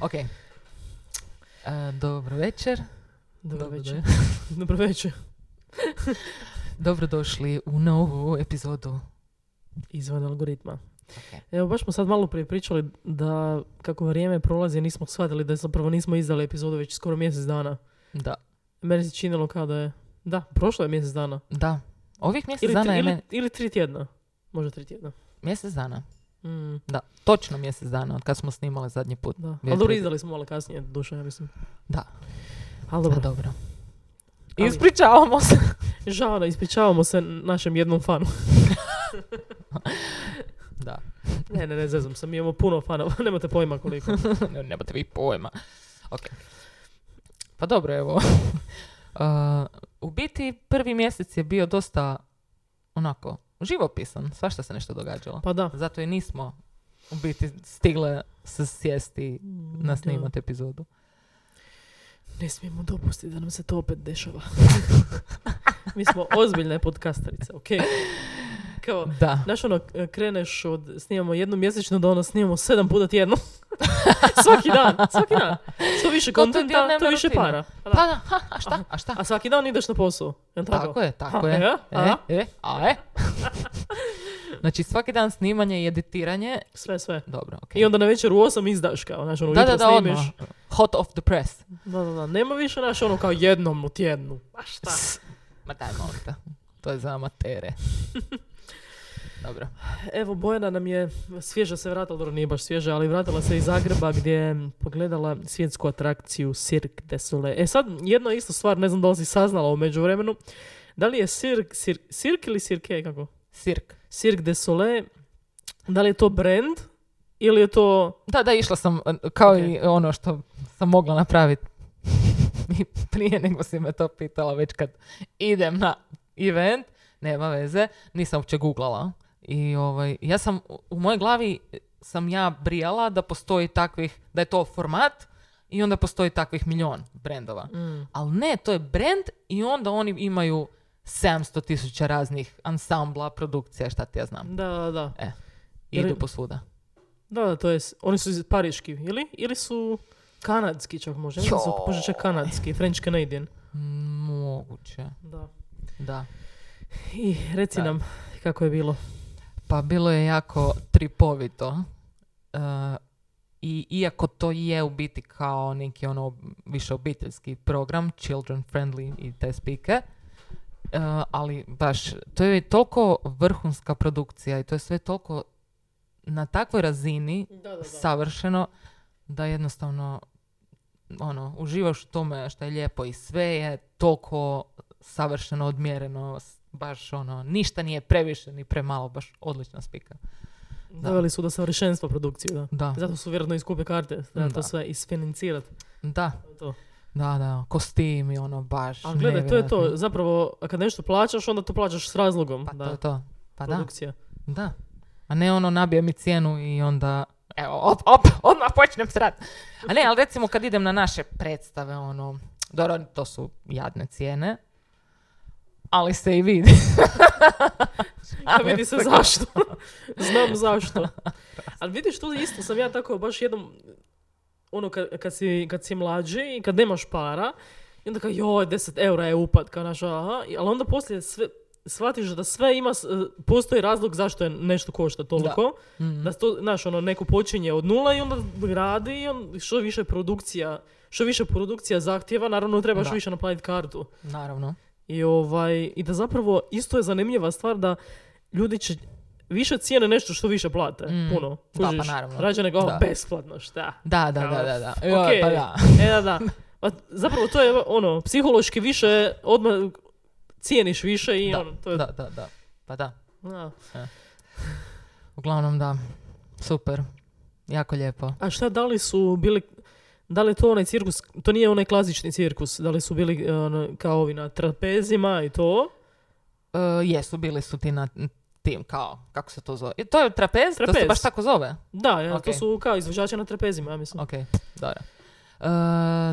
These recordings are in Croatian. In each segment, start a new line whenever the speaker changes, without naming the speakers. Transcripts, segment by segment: Ok. E, dobro večer.
Dobro
Dobro
večer.
dan.
Dobro večer.
Dobrodošli u novu epizodu.
Izvan algoritma.
Ok.
Evo, baš smo sad malo prije pričali da kako vrijeme prolazi nismo shvatili da zapravo nismo izdali epizodu već skoro mjesec dana.
Da.
Meni se činilo kada je... Da, prošlo je mjesec dana.
Da. Ovih mjesec
Ili,
dana
tri,
je
ili,
men-
ili tri tjedna. Možda tri tjedna.
Mjesec dana.
Mm,
Da. Točno mjesec dana od kad smo snimali zadnji put.
da.
Bio je
Ali dobro,
tri-
izdali smo malo kasnije, duša, ja mislim.
Da.
Ali
Da,
dobro.
dobro.
Ali-
Ispričavamo se.
Žao, nam, ispričavamo se našem jednom fanu.
Da.
ne, ne, ne, zezam se. Mi imamo puno fanova. Nemate pojma koliko.
Ne- Nemate vi pojma. Ok. Pa dobro, evo. E, u biti prvi mjesec je bio dosta onako živopisan. Svašta se nešto događalo.
Pa da.
Zato i nismo u biti stigle se sjesti na snimat epizodu.
Mm, Ne smijemo dopustiti da nam se to opet dešava. Mi smo ozbiljne podkasterice, ok? Kao,
Da.
znaš ono, kreneš od, snimamo jednom mjesečno do ono, snimamo sedam puta tjedno. svaki dan, svaki dan. Što više
Kao to je dio
kontenta,
dnevna
to više
rutina.
para.
Pa
Pa da.
da, ha, a šta, a šta?
A svaki dan ideš na posao, jel tako?
Tako je, tako je.
A, e, a?
E, e, a e. Znači svaki dan snimanje i editiranje.
Sve, sve.
Dobro, ok.
I onda na večer u osam izdaš kao, znaš ono,
Da, da,
ujutro
da,
snimiš.
odmah. Hot off the press.
Da, da, da, nema više naš ono kao jednom u tjednu. Pa šta?
Ss, Ma daj molim te. To je za amatere. Dobro.
Evo, Bojana nam je svježa se vratila, dobro nije baš svježa, ali vratila se iz Zagreba gdje je pogledala svjetsku atrakciju Cirque du Soleil. E sad, jedna isto stvar, ne znam da li si saznala u međuvremenu, da li je Cirque, Cirque, Cirque ili Cirque, kako?
Sirk.
Cirque du Soleil, da li je to brand ili je to...
Da, da, išla sam eh, kao
Ok.
i ono što sam mogla napraviti i prije nego si me to pitala već kad idem na event, nema veze, nisam uopće googlala. I ovaj, ja sam, u- u mojoj glavi sam ja brijala da postoji takvih, da je to format i onda postoji takvih milion brendova.
Mm.
Ali ne, to je brand i onda oni imaju 700 tisuća raznih ansambla, produkcija, šta ti ja znam.
Da, da, da. Jer-
Idu posvuda.
Da, da, to je... Oni su iz- pariški, ili? Ili su kanadski čak možda. Ili su možda čak
Joj.
kanadski, French Canadian.
Moguće,
Da.
da.
I reci
Da.
nam kako je bilo.
Pa bilo je jako tripovito. E, I iako to je u biti kao neki ono više obiteljski program, children friendly i te spike, e, ali baš, to je toliko vrhunska produkcija i to je sve toliko na takvoj razini
Da, da,
savršeno da jednostavno ono, uživaš u tome što je lijepo i sve je toliko savršeno odmjereno, s- baš ono, ništa nije previše ni premalo, baš odlična spika. Da.
Doveli su do savršenstva produkciju, da.
Da,
Zato su vjerojatno iskupe karte, da,
Da.
to sve isfinancirati.
da,
To.
da, da, kostimi, ono, baš
Ali gledaj, to je to.
nevjerojatno.
Zapravo, a kad nešto plaćaš, onda to plaćaš s razlogom.
Pa
da,
to je to, pa da,
produkcija.
da. A ne ono, nabije mi cijenu i onda, evo, op, op, odmah počnem srat. A ne, ali recimo kad idem na naše predstave, ono, dobro, to su jadne cijene, ali se i vidi.
A vidi se zašto. Znam zašto. Ali vidiš, to isto sam ja tako baš jednom, ono, kad, kad, si, kad si mlađi i kad nemaš para, i onda kao, joj, 10 eura je upad, kao naša, aha. I- Ali onda poslije sve, shvatiš da sve ima, s- e, postoji razlog zašto je nešto košta toliko.
Mm.
Da to, znaš, ono, neko počinje od nula i onda radi i on, što više produkcija, što više produkcija zahtjeva, naravno trebaš
Da.
više naplatiti kartu.
Naravno.
I, ovaj, I da zapravo isto je zanimljiva stvar da ljudi će više cijene nešto što više plate,
Mm.
puno.
Da, pa
Kužiš,
naravno.
Rađe nego, "O,
Da.
besplatno, šta?
Da, da,
Kao,
da, da, da.
okej.
Joj, pa da.
E, da, da. Pa, zapravo to je ono, psihološki više, odmah cijeniš više i
Da,
ono, to je...
Da, da, da. Pa da.
A.
Uglavnom da. Super. Jako lijepo.
A šta, da li su bili, da li je to onaj cirkus, to nije onaj klasični cirkus, da li su bili e, ono, kao ovi na trapezima i to?
E, jesu, bili su ti na tim, kao, kako se to zove? E, to je trapez? To se
Trapez.
baš tako zove?
Da, ja, to
Ok.
su kao izvođači na trapezima, ja mislim.
Ok, dobro. E,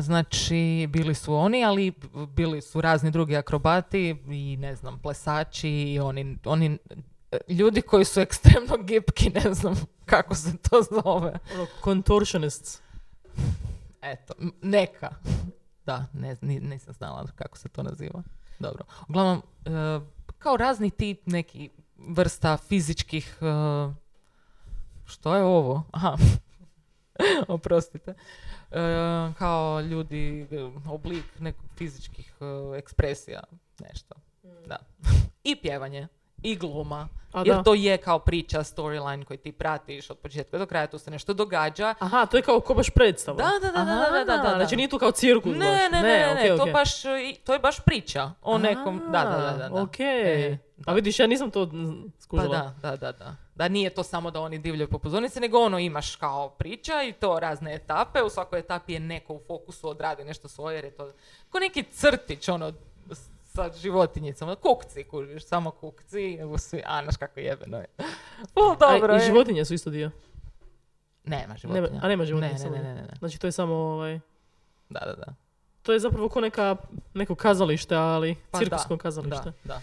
znači, bili su oni, ali bili su razni drugi akrobati i ne znam, plesači i oni, oni e, ljudi koji su ekstremno gipki, ne znam kako se to zove.
Ono, contortionists.
Eto, m- neka. Da, ne, ni- nisam znala kako se to naziva. Dobro. Uglavnom, e, kao razni tip neki vrsta fizičkih... e, što je ovo? Aha. Oprostite. E, kao ljudi, e, oblik nekog fizičkih e, ekspresija, nešto. Da. I pjevanje, i gluma.
Mm. A
jer
da.
to je kao priča, storyline koji ti pratiš od početka do kraja, tu se nešto događa.
Aha, to je kao ko baš predstava.
Da, da, da, da, da, da, da, da.
Znači nije tu kao cirkus
Ne,
baš.
ne, ne, ne, ne,
okej,
to,
okej.
baš, i- to je baš priča o nekom, da, da, da, da. da.
Ok.
E,
A vidiš, ja nisam to mm,
Pa
skužila.
da, da, da, da. Da nije to samo da oni divljaju po pozornici, nego ono imaš kao priča i to razne etape. U svakoj etapi je neko u fokusu odradi nešto svoje, jer je to ko neki crtić, ono, s- sa životinjicama. Kukci, kužiš, samo kukci, evo svi, a, znaš kako jebeno je. O, dobro e.
a,
je.
I životinje su isto dio.
Nema životinja.
Nema, a nema životinje.
Ne,
samo
ne, ne,
dio.
ne, ne, ne.
Znači to je samo ovaj...
Da, da, da.
To je zapravo ko neka, neko kazalište, ali
Pa
cirkusko
da,
kazalište.
Da,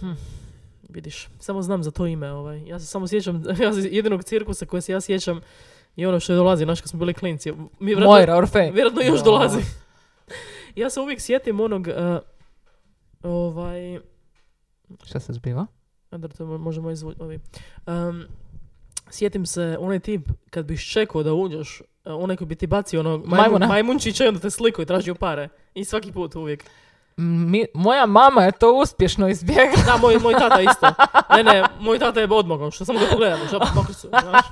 da.
Vidiš, samo znam za to ime. Ovaj. Ja se samo sjećam, ja se- jedinog cirkusa koje se ja sjećam i ono što je dolazi, znaš kad smo bili klinci. Mi vjerojatno-
Mojra, Orfej.
Vjerojatno još
Da.
dolazi. ja se uvijek sjetim onog... eh, ovaj...
Šta se zbiva?
Andar, to mo- možemo izvući. Ovi. Em, sjetim se, onaj tip, kad biš čekao da uđeš, eh, onaj koji bi ti bacio ono majmun,
Majmuna.
majmunčića i onda te sliku i tražio pare. I svaki put uvijek.
Mm, mi- moja mama je to uspješno izbjegla.
Da, moj, moj tata isto. Ne, ne, moj tata je odmogao, što samo ga pogledam. Šta, mokri su, znaš.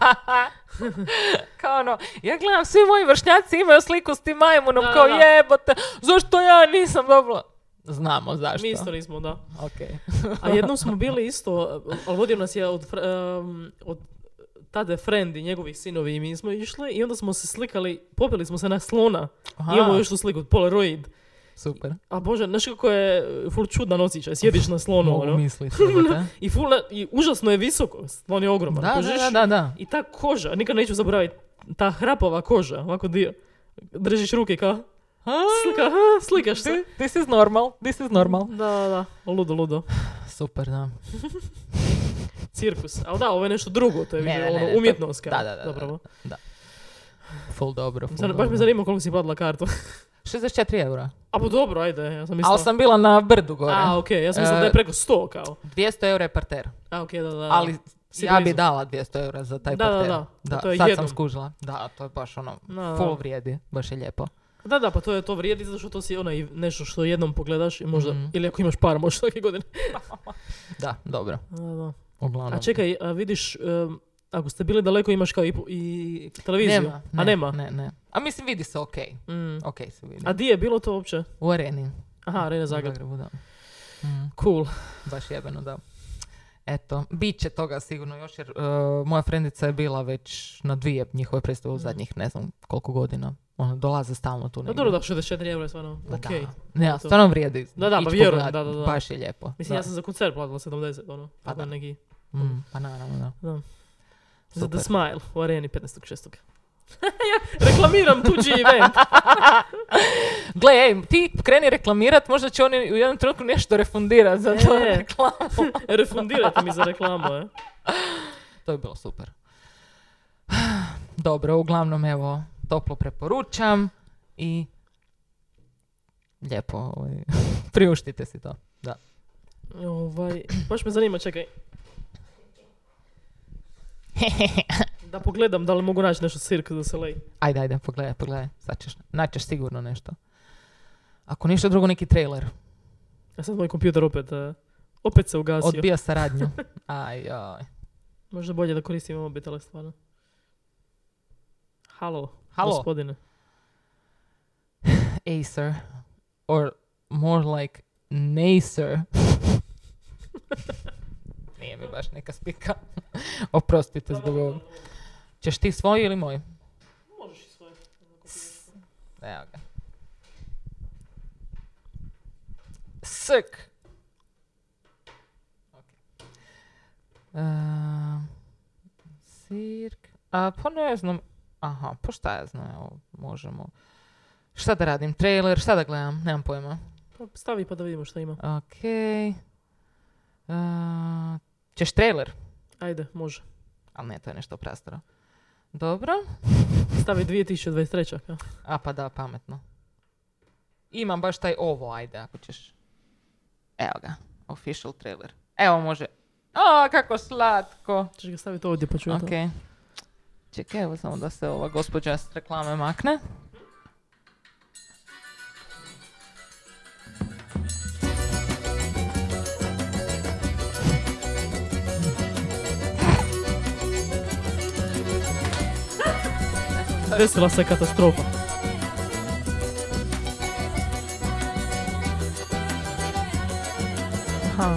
Kao ono, ja gledam, svi moji vršnjaci imaju sliku s tim majmunom,
Da, da,
kao
da.
jebote, zašto ja nisam dobila? Znamo zašto.
Mi isto nismo, da.
Ok.
A jednom smo bili isto, ali vodio nas je od, fr- em, od tade friend i njegovi sinovi i mi smo išli i onda smo se slikali, popili smo se na slona.
Aha,
Imamo još tu sliku, Polaroid.
Super.
A bože, znaš kako je e, ful čudan osjećaj, sjediš na slonu,
Mogu
ono.
misliti. jebote.
I ful, na- i užasno je visoko, slon je ogroman,
da,
kužiš?
da, da, da, da.
I ta koža, nikad neću zaboraviti, ta hrapava koža, ovako dio. Držiš ruke kao, slika, a, slikaš se.
Thi- This is normal, this is normal.
Da, da, da, ludo, ludo.
Super, da.
Cirkus. Ali da, ovo je nešto drugo, to je
Ne,
više
ne, ne,
ono,
ne, to-
umjetnost. kao,
Da, da, da,
zapravo.
da, da. Full dobro, full
Zan-
dobro.
baš me zanima koliko si platila kartu.
64 eura.
A pa dobro, ajde, ja sam mislila.
Ali sam bila na brdu gore.
A, okej, ja sam mislila da je
E,
preko 100 kao.
200 eura je parter.
A, okej, da, da, da.
Ali
Si
ja bi
blizu.
dala 200 eura za taj
Da, da,
parter.
da. Pa to je
sad
jednom.
sam skužila. Da, to je baš ono,
Da, da.
full vrijedi. Baš je lijepo.
Da, da, pa to je to vrijedi zato što to si onaj nešto što jednom pogledaš i možda,
Mhm.
ili ako imaš par možda svake godine.
Da, dobro.
Da, da.
Uglavnom.
A čekaj, a vidiš, em, ako ste bili daleko imaš kao i, po- i televiziju.
Nema,
a nema?
Ne, ne. A mislim, vidi se ok.
Mm.
Ok se vidi.
A di je bilo to uopće?
U areni.
Aha, Arena
U
Zagreb.
Zagrebu, da. Mhm,
Cool. Pa
baš jebeno, da. Eto, bit će toga sigurno još jer e, moja frendica je bila već na dvije njihove predstave u
Mhm.
zadnjih ne znam koliko godina. Ono, dolaze stalno tu
Da,
negdje.
dobro da 64 euro je stvarno.
Pa
okej.
Da. Ne, a
to.
stvarno vrijedi.
Da, da,
ići
pa vjerujem,
pogledat.
da, da, da.
Baš je lijepo.
Mislim,
da.
ja sam za koncert platila 70, ono.
Pa
Pa
da.
Neki,
Mm, pa naravno, da.
Da. za The
Super.
Smile u Areni 15.6. ja reklamiram tuđi event.
Gle, ej, ti kreni reklamirat, možda će oni u jednom trenutku nešto refundirati za to
E.
reklamu.
Refundirajte mi za reklamu, e.
To je bilo super. Dobro, uglavnom, evo, toplo preporučam i lijepo ovaj, priuštite si to.
Ovaj, baš me zanima, čekaj. Da pogledam da li mogu naći nešto cirka da se lej.
Ajde, ajde, pogledaj, pogledaj. Sad ćeš, naćeš sigurno nešto. Ako ništa drugo, neki trailer.
A E, sad moj kompjuter opet, eh, opet se ugasio.
Odbija saradnju. Aj, aj.
Možda bolje da koristim mobitele stvarno. Halo,
Halo.
gospodine.
Acer. Or more like Nacer. Nije mi baš neka spika. Oprostite zbog ovog. Ćeš ti svoj ili moj?
Možeš i svoje.
Evo ga. Srk. Ehm, sirk. A, pa ne znam. Aha, pa šta ja znam, evo, možemo. Šta da radim? Trailer, šta da gledam? Nemam pojma.
Pa Stavi pa da vidimo šta ima.
Ok. Ehm, ćeš trailer?
Ajde, može.
Ali ne, to je nešto prastaro. Dobro.
stavi 2023. kao.
A pa da, pametno. Imam baš taj ovo, ajde, ako ćeš. Evo ga, official trailer. Evo može. A, kako slatko.
Češ ga staviti ovdje pa ću ja to.
Ok. Čekaj, evo samo da se ova gospođa s reklame makne.
Desila se katastrofa. Aha,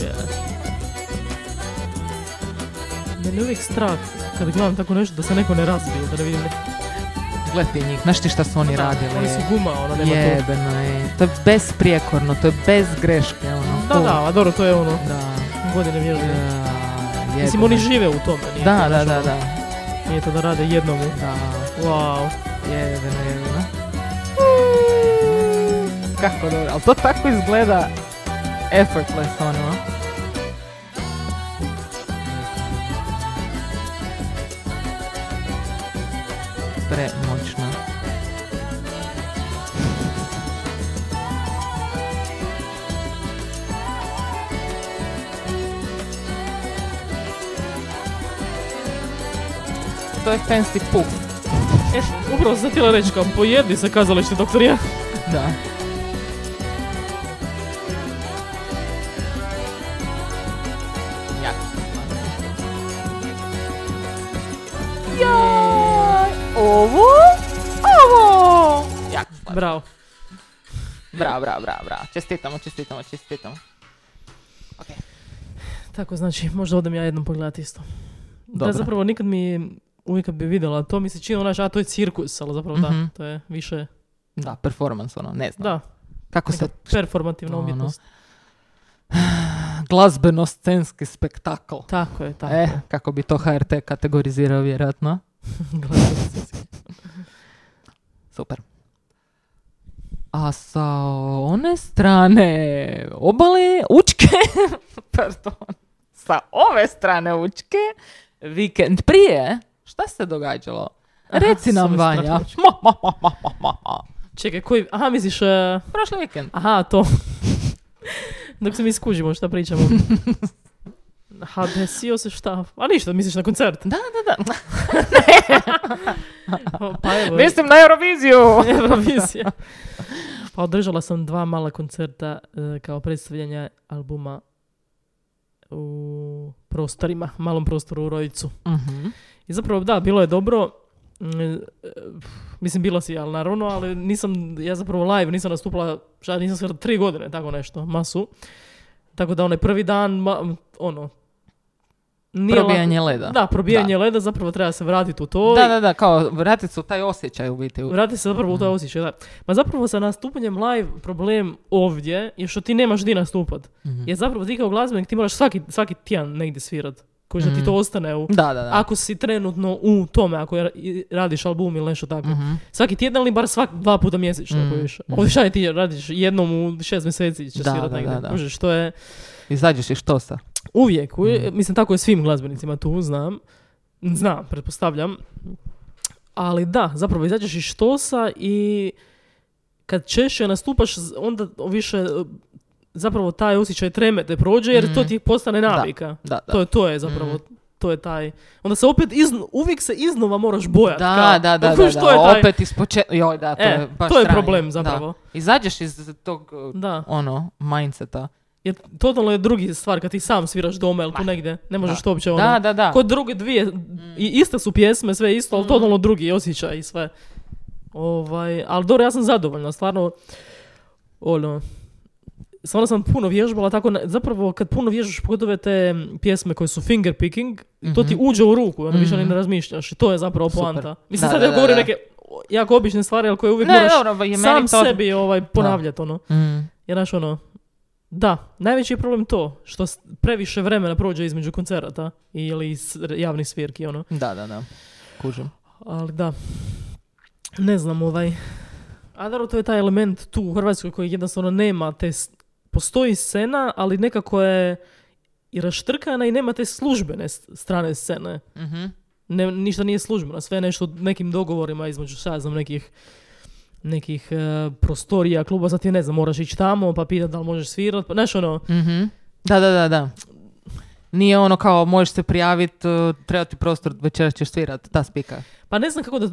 je. Mene je uvijek strah kad gledam tako nešto da se neko ne razbije, da ne vidim ne...
Gledaj njih, znaš ti šta su oni
Da,
radili?
Oni su guma, ono, nema to.
Jebeno je. To je besprijekorno, to je bez greške, ono.
Da,
to-
da, a dobro, to je ono,
Da.
godine
Ja,
vjerujem.
jebeno.
Mislim, oni žive u tome, nije
Da, da,
to, znaš,
da,
ono,
da.
Nije to da rade jednom.
Da,
Wow.
jebeno, jebeno. Hmm, Kako dobro, ali to tako izgleda effortless, ono. Premoćno. To je fancy puk.
E, upravo sam htjela reći kao pojedni se kazalište doktorija.
Da. Ja. Jaj, ovo, ovo. Ja.
Bravo.
Bravo, bravo, bravo, bravo. Čestitamo, čestitamo, čestitamo. Okay.
Tako znači, možda odem ja jednom pogledati isto. Da
Dobro.
zapravo nikad mi uvijek kad bi vidjela, to mi se čini onaj, a to je cirkus, ali zapravo
Mhm.
da, to je više,
Da, performans, ono, ne znam.
da,
Kako se
neka performativna
Ono.
umjetnost.
glazbeno-scenski spektakl.
Tako je, tako
E,
je.
kako bi to HRT kategorizirao vjerojatno. Super. A sa one strane obale, učke, pardon, sa ove strane učke, vikend prije, šta se događalo?
Aha,
Reci
s
nam,
ove strane
Vanja.
učke.
Ma, ma, ma, ma, ma, ma, ma.
Čekaj, koji, aha, misliš, e,
Prošli vikend.
aha, to. Dok se mi skužimo šta pričamo. HBSIO se šta? A ništa, misliš na koncert?
Da, da, da.
O, Pa evo,
Mislim na Euroviziju.
Eurovizija. Pa održala sam dva mala koncerta e, kao predstavljanja albuma u prostorima, malom prostoru u Rojicu.
Mhm.
I zapravo da, bilo je dobro. Mm, e, Mislim, bila si, ali naravno, ali nisam, ja zapravo live nisam nastupila, šta, nisam skoro tri godine, tako nešto, masu. Tako da onaj prvi dan, ma- ono, nije
Probijanje
lako-
leda.
Da, probijanje leda, zapravo treba se vratiti u to.
Da, Mhm. da, da, kao vratit su taj osjećaj u biti.
Vrati se zapravo u taj osjećaj, da. Ma zapravo sa nastupanjem live problem ovdje je što ti nemaš di nastupat.
Mhm.
Jer zapravo ti kao glazbenik ti moraš svaki, svaki tjedan negdje svirat. Koji
Mhm.
ti to ostane u...
Da, da, da.
Ako si trenutno u tome, ako ra- i- radiš album ili nešto tako.
Mhm.
Svaki tjedan ili bar svak dva puta mjesečno
Mhm.
ako više. Ovdje šta je ti radiš jednom u šest mjeseci će
Da,
svirat
da,
negdje.
da, da.
Kužiš, to je
Izađeš iz štosa.
uvijek,
Mhm.
uvijek- mislim tako je svim glazbenicima tu, znam. Znam, pretpostavljam. Ali da, zapravo izađeš iz štosa i kad češće nastupaš, z- onda više e, zapravo taj osjećaj treme te prođe jer to ti postane navika.
Mhm. Da, da. Mhm.
To, je, to je zapravo, to je taj. Onda se opet, izn- uvijek se iznova moraš bojati.
Da, da, da, da, da,
pa je taj,
opet ispočetka, joj da, to
E,
je baš
to je
sranje.
problem zapravo.
Da. Izađeš iz tog,
Da.
ono, mindseta.
Jer totalno je drugi stvar kad ti sam sviraš doma ili tu negdje. Ne možeš to uopće ono.
Da, da, da.
Kod druge dvije, i iste su pjesme, sve isto, ali
Mhm.
totalno ono drugi osjećaj i sve. Ovaj, ali dobro, ja sam zadovoljna, stvarno, ono, stvarno sam puno vježbala, tako, na- zapravo kad puno vježbaš, pogotovo te m, pjesme koje su finger picking, to ti uđe u ruku, ono, više ni ne razmišljaš i to je zapravo
Mhm. Super.
poanta. Mislim,
Da,
sad
da,
ja
da,
govorim
da.
neke o, jako obične stvari, ali koje uvijek
Ne,
moraš
dobro, ba, je meni
sam
to-
sebi ovaj, ponavljati, ono.
Mm.
Jer, znaš, ono, da, najveći je problem to što s- previše vremena prođe između koncerata ili s- javnih svirki, ono.
Da, da, da. Kužim.
Ali da, ne znam, ovaj... A dobro, to je taj element tu u Hrvatskoj koji jednostavno nema te... s- Postoji scena, ali nekako je i raštrkana i nema te službene s- strane scene.
Mhm.
ne- ništa nije službeno, sve je nešto nekim dogovorima između, šta ja znam, nekih nekih e, prostorija kluba, sad ti ne znam, moraš ići tamo pa pitat da li možeš svirat, pa znaš ono,
Mhm. Da, da, da, da. Nije ono kao možeš se prijaviti, treba ti prostor, večeras ćeš svirati, ta spika.
pa ne znam kako da,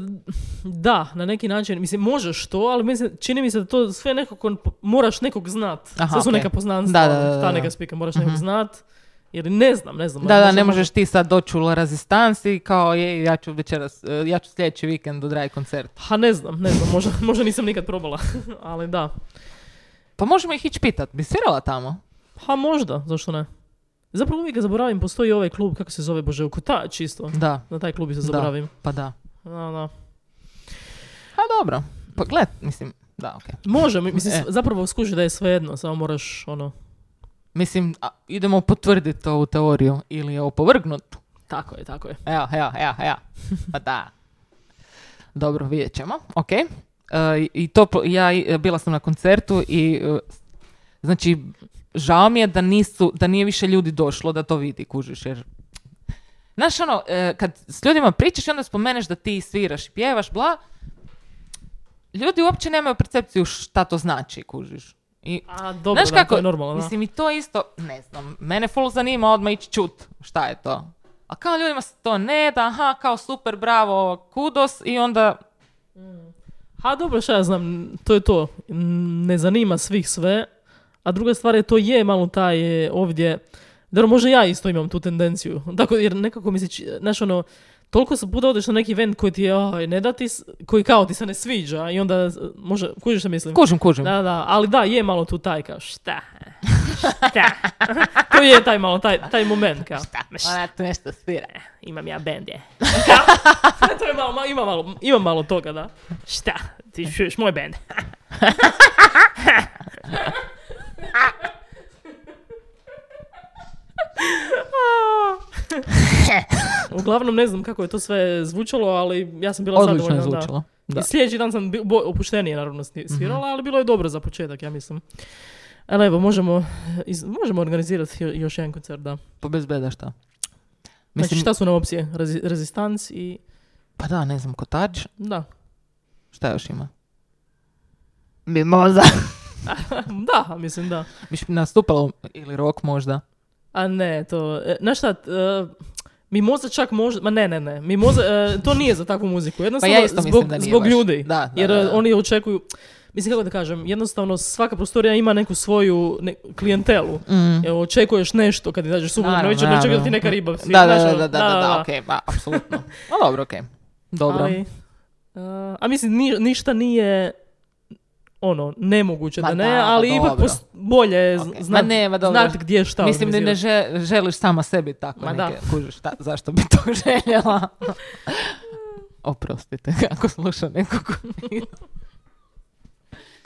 da, na neki način, mislim, možeš to, ali mislim, čini mi se da to sve nekako, moraš nekog znat,
Aha,
sve su
ok.
neka poznanstva,
Da, da, da, da,
ta
da. Mhm.
neka spika, moraš nekog znat, jer ne znam, ne znam.
Da, da,
možda-
ne možeš ti sad doći u razistans i kao je, ja ću večeras, e, ja ću sljedeći vikend odraditi koncert.
Ha, ne znam, ne znam, možda, možda nisam nikad probala, ali da.
Pa možemo ih ići pitat, bi svirala tamo?
Ha, možda, zašto ne? Zapravo uvijek ga zaboravim, postoji ovaj klub, kako se zove, Bože, u Kotač isto.
Da,
Na taj klub se
Da.
zaboravim.
pa da.
Da, da.
A dobro, pa gled, mislim, da, okej.
Može, mi- mislim,
E.
s- zapravo skuži da je svejedno, samo moraš, ono...
Mislim, a, idemo potvrditi ovu teoriju ili je opovrgnut.
Tako je, tako je.
Evo, evo, evo, evo. Pa da. Dobro, vidjet ćemo. Ok. E, I to, po- ja i- e, bila sam na koncertu i e, znači žao mi je da nisu, da nije više ljudi došlo da to vidi, kužiš, jer Znaš ono, e, kad s ljudima pričaš i onda spomeneš da ti sviraš i pjevaš, bla, ljudi uopće nemaju percepciju šta to znači, kužiš. I
A, dobro,
Znaš
da,
kako,
to je normalno, da.
mislim i to isto, ne znam, mene full zanima odmah ići čut šta je to. A kao ljudima se to ne da, aha, kao super, bravo, kudos i onda,
Ha, dobro, šta ja znam, to je to. Mm, Ne zanima svih sve. A druga stvar je, to je malo taj e, ovdje... Dobro, možda ja isto imam tu tendenciju. Tako, jer nekako mi se... či- Znaš, ono, toliko se puta odeš na neki event koji ti je, aj, ne da ti, s- koji kao ti se ne sviđa i onda, e, može, kužiš što mislim?
kužim, kužim.
Da, da, ali da, je malo tu taj kao, šta? Šta? to je taj malo, taj, taj moment kao, ma šta?
Ona tu Pa nešto svira.
imam ja bend je. Kao, to je malo, ma- ima malo, ima malo toga, da. Šta? Ti čuješ moj bend? Uglavnom ne znam kako je to sve zvučalo, ali ja sam bila
Odlično je
zadovoljna. da.
zvučilo. Da. Mhm.
I sljedeći dan sam bi- bo- opuštenije naravno sni- svirala, ali bilo je dobro za početak, ja mislim. Ali evo, možemo, iz- možemo organizirati jo- još jedan koncert, da.
Pa bez beda šta.
Znači,
Mislim,
šta su nam opcije? Rezi- rezistans i...
pa da, ne znam, kotač,
Da.
šta još ima? Mimoza.
da, mislim da.
Biš nastupala ili rok možda.
A ne, to... e, Znaš šta, t- e, Mimoza čak možda, ma ne, ne, ne, Mimoza, e, to nije za takvu muziku, jednostavno
Pa ja isto mislim
zbog,
da nije
zbog
baš.
ljudi,
Da, da,
jer
da,
e,
da.
oni očekuju, mislim kako da kažem, jednostavno svaka prostorija ima neku svoju ne, klijentelu,
Mm.
E, očekuješ nešto kad izađeš subotu na
Naravno,
večer, ne očekuješ da ti
naravno.
neka riba svira,
Da, da,
znaš,
da, da,
ono,
da, da, da, okej, ma, apsolutno. No dobro, okej. Dobro.
Ali, e, a mislim, ni- ništa nije ono, nemoguće
Ma
da
Pa da,
ne,
ma
ali ipak
dobro.
pos- bolje je
Okej. Ma
znat,
ne, ma dobro.
znat gdje šta
Mislim da ne
organizirati.
že- želiš sama sebi tako
Ma
neke, kužiš, šta- zašto bi to željela? Oprostite, ako slušam nekog.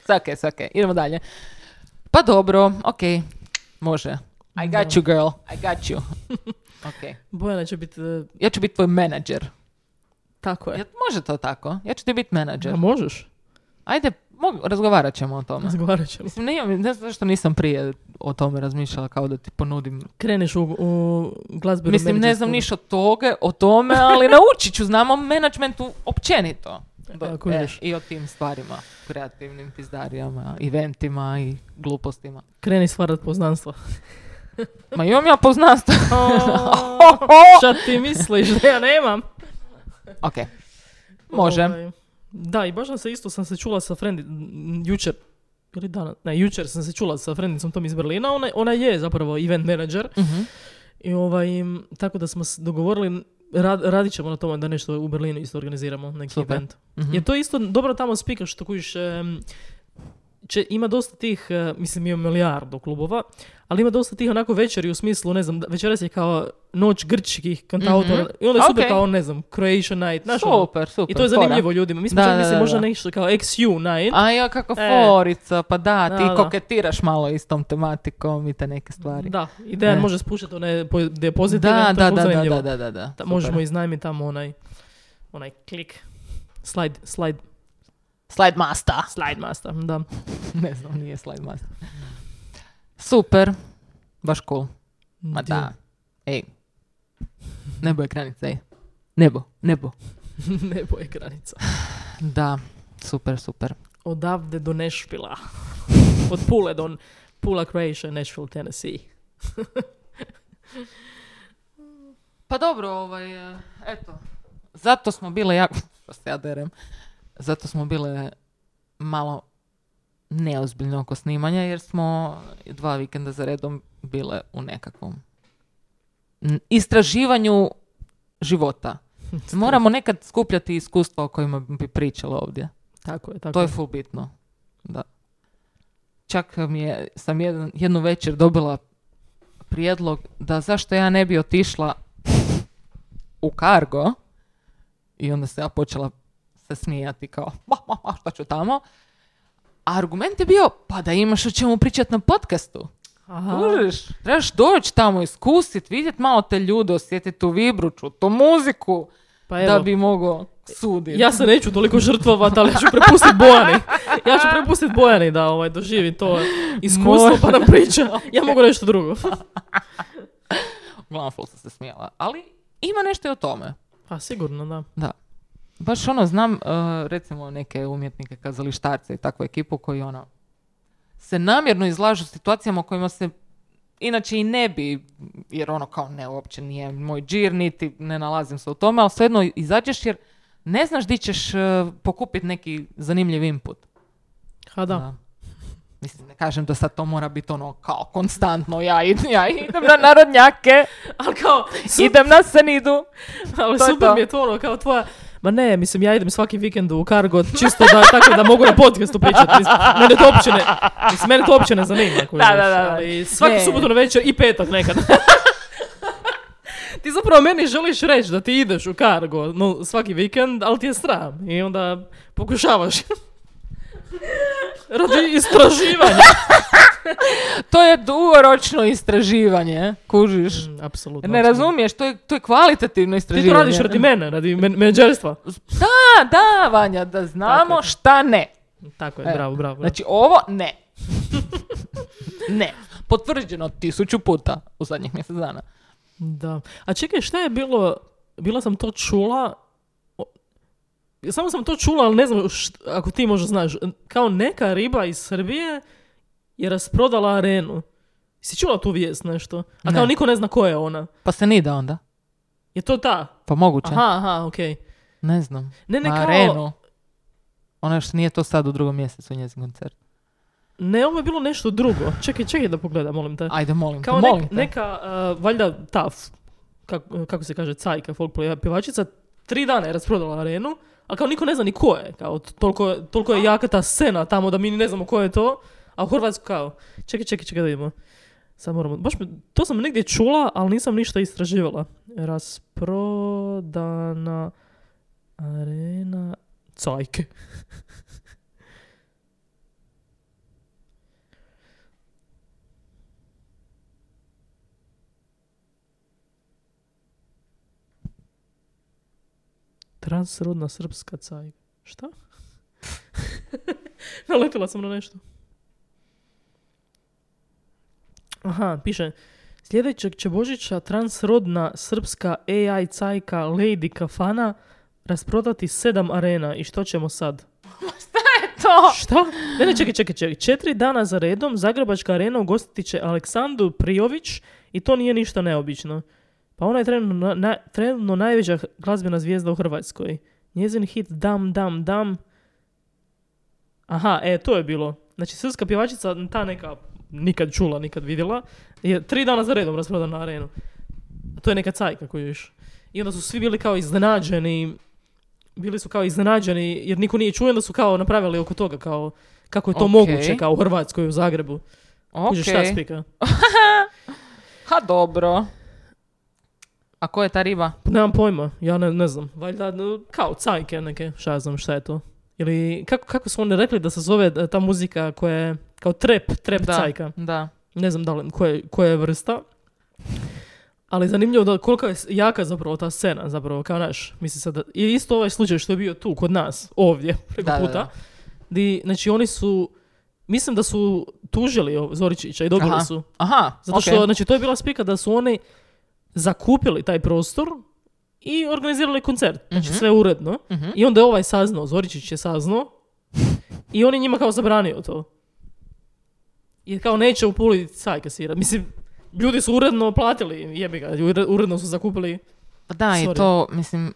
Sake, sake, idemo dalje. Pa dobro, ok, može. I got you girl, I got you. Ok,
Bojana će biti, e,
ja ću biti tvoj menadžer.
tako je.
Ja- može to tako? Ja ću ti biti menadžer.
A možeš?
Ajde, mogu, razgovarat ćemo o tome.
Razgovarat ćemo.
Mislim, ne, ne znam zašto nisam prije o tome razmišljala kao da ti ponudim
Kreneš u, u glazbenu
Mislim, ne znam
menadžersku-
niš o toge, o tome, ali naučit ću, znam o menadžmentu općenito. e,
Da, kužiš.
I o tim stvarima, kreativnim pizdarijama, eventima i glupostima.
Kreni stvarat poznanstva.
Ma imam ja poznanstvo.
Šta ti misliš da ja nemam?
ok, može.
Ovaj, Da, i baš sam se isto sam se čula sa frendi, m, jučer, ili danas, ne, jučer sam se čula sa frendicom tom iz Berlina, ona, ona je zapravo event manager
Mhm.
i ovaj, m, tako da smo s- dogovorili, rad, radit ćemo na tome da nešto u Berlinu isto organiziramo, neki
Super.
event.
Mhm.
Jer to je isto dobro tamo spika što kujiš, em, će, ima dosta tih, e, mislim ima milijardu klubova, ali ima dosta tih onako večeri u smislu, ne znam, da- večeras je kao noć grčkih kantautora i onda je super
Mhm. Ok.
kao, ne znam, Croatian night, znaš ono.
Super, super.
I to je
fora.
zanimljivo ljudima. Mi smo
Da,
čak
da,
mislili
da,
možda
da.
nešto kao XU night.
A ja kako
E.
forica, pa da,
Da,
ti
da.
koketiraš malo istom tematikom i te neke stvari.
Da, i Dejan
E.
može spuštati one po- depozite.
da,
ne, to je
da,
ful
da, da,
zanimljivo.
da, da, da, da.
Ta-
super.
možemo iznajmiti tamo onaj, onaj klik. Slide, slide,
Slide master.
slide master, da.
ne znam, nije slide master. Super. Baš cool. Ma
Dio.
da. Ej. Ne boj granica, ej. Nebo, nebo.
Nebo je granica.
Da, super, super.
Odavde do Nešvila. Od Pule do Pula Croatia, Nashville, Tennessee.
Pa dobro, ovaj, eh, eto. Zato smo bile jako, što se ja derem, zato smo bile malo neozbiljno oko snimanja, jer smo dva vikenda za redom bile u nekakvom n- istraživanju života. Moramo nekad skupljati iskustva o kojima bi pričala ovdje.
Tako je, tako
To je ful bitno. Da. Čak mi je, sam jedan, jednu večer dobila prijedlog da zašto ja ne bi otišla u kargo i onda se ja počela se smijati kao ma, ma, ma, šta ću tamo. A argument je bio pa da imaš o čemu pričati na podcastu.
Aha.
Kužiš, trebaš doći tamo, iskusit, vidjet malo te ljude, osjetit tu vibruću, tu muziku,
Pa evo,
da bi mogao suditi.
ja se neću toliko žrtvovat, ali ću prepustiti Bojani. Ja ću prepustiti Bojani da ovaj, doživi to iskustvo
Mora.
pa nam priča. Ja mogu nešto drugo.
Uglavnom ful sam se smijala. Ali ima nešto i o tome.
Pa sigurno, da.
Da. Baš ono, znam, eh, recimo neke umjetnike, kazalištarce i takvu ekipu koji ono, se namjerno izlažu situacijama u kojima se inače i ne bi, jer ono kao ne, uopće nije moj džir, niti ne nalazim se u tome, ali svejedno izađeš jer ne znaš di ćeš eh, pokupit neki zanimljiv input.
Ha, da.
Mislim, ne kažem da sad to mora biti ono kao konstantno, ja, id- ja idem na narodnjake,
Ali kao, su-
idem na senidu.
ali
to je
super
to.
mi je to ono, kao tvoja... Ma ne, mislim, ja idem svaki vikend u Kargo čisto da, tako da mogu na podcastu pričati. Mislim, Mene to uopće ne, mislim, mene to uopće ne zanima. kužiš,
da, da, da.
Ali svaki
Ne.
subotu na večer i petak nekad. ti zapravo meni želiš reći da ti ideš u Kargo no, svaki vikend, ali ti je sram. I onda pokušavaš. Radi istraživanja.
To je dugoročno istraživanje, e? kužiš.
Mm, Apsolutno.
Ne
apsolutno.
razumiješ, to je, to je kvalitativno
Ti
istraživanje.
to radiš radi mene, radi men- menadžerstva.
Da, da, Vanja, da
Tako
znamo
je.
šta ne.
Tako
E,
je, bravo, bravo.
Znači, ovo ne. ne. Potvrđeno tisuću puta u zadnjih mjesec dana.
Da. A čekaj, šta je bilo, bila sam to čula, o- samo sam to čula, ali ne znam št- ako ti možda znaš, kao neka riba iz Srbije je rasprodala arenu. Si čula tu vijest nešto? A
Ne.
kao niko ne zna ko je ona.
Pa se nida onda.
Je to ta?
Pa moguće.
Aha, aha, okej.
Ne znam.
Ne, ne,
Na
kao-
arenu. Ona što nije to sad u drugom mjesecu njezin koncert.
Ne, ovo je bilo nešto drugo. Čekaj, čekaj da pogledam, molim te.
Ajde, molim te,
Kao
molim
nek-
te.
neka, uh, valjda ta, f- kak- kako se kaže, cajka, folk pleva- pjevačica, tri dana je rasprodala arenu, a kao niko ne zna ni ko je, kao t- toliko, je- toliko je jaka ta scena tamo da mi ni ne znamo ko je to, a u Hrvatsku kao, čekaj, čekaj, čekaj da vidimo. Sad moramo, baš me- to sam negdje čula, ali nisam ništa istraživala. Rasprodana arena cajke. Transrodna srpska cajka. Šta? Naletila sam na nešto. Aha, piše. Sljedećeg će Božića transrodna srpska AI cajka Lady Kafana rasprodati sedam arena. I što ćemo sad?
To!
Šta? Ne, ne, čekaj, čekaj, čekaj. Četiri dana za redom Zagrebačka arena ugostiti će Aleksandru Prijović i to nije ništa neobično. Pa ona je trenutno, na- na- trenutno najveća h- glazbena zvijezda u Hrvatskoj. Njezin hit Dam, Dam, Dam. Aha, e, to je bilo. Znači, srpska pjevačica, ta neka nikad čula, nikad vidjela, je tri dana za redom rasprodana na arenu. To je neka cajka koju još. I onda su svi bili kao iznenađeni, bili su kao iznenađeni jer niko nije čuo, i onda su kao napravili oko toga kao kako je to
Okej.
moguće kao u Hrvatskoj, u Zagrebu. Kužiš, šta
Okej.
spika?
Ha, dobro. A ko je ta riba?
Nemam pojma, ja ne, ne znam. Valjda no, kao cajke neke, šta ja znam šta je to. Ili kako, kako su oni rekli da se zove e, ta muzika koja je kao trep, trep
Da,
cajka.
da.
Ne znam da li, koje, koja je vrsta. Ali zanimljivo da koliko je s- jaka zapravo ta scena, zapravo, kao naš, mislim sad, da- i isto ovaj slučaj što je bio tu, kod nas, ovdje, preko
Da, da,
puta,
da.
di, znači oni su, mislim da su tužili ovo- Zoričića i dobili
Aha.
su.
Aha,
Zato
okej.
što, znači, to je bila spika da su oni zakupili taj prostor i organizirali koncert. Znači
Mhm.
sve uredno. I onda je ovaj saznao, Zoričić je saznao i on je njima kao zabranio to. Jer kao neće u Puli sajka svirat. Mislim, ljudi su uredno platili, jebi ga, ure- uredno su zakupili.
Pa da, i
Sorry.
to, mislim,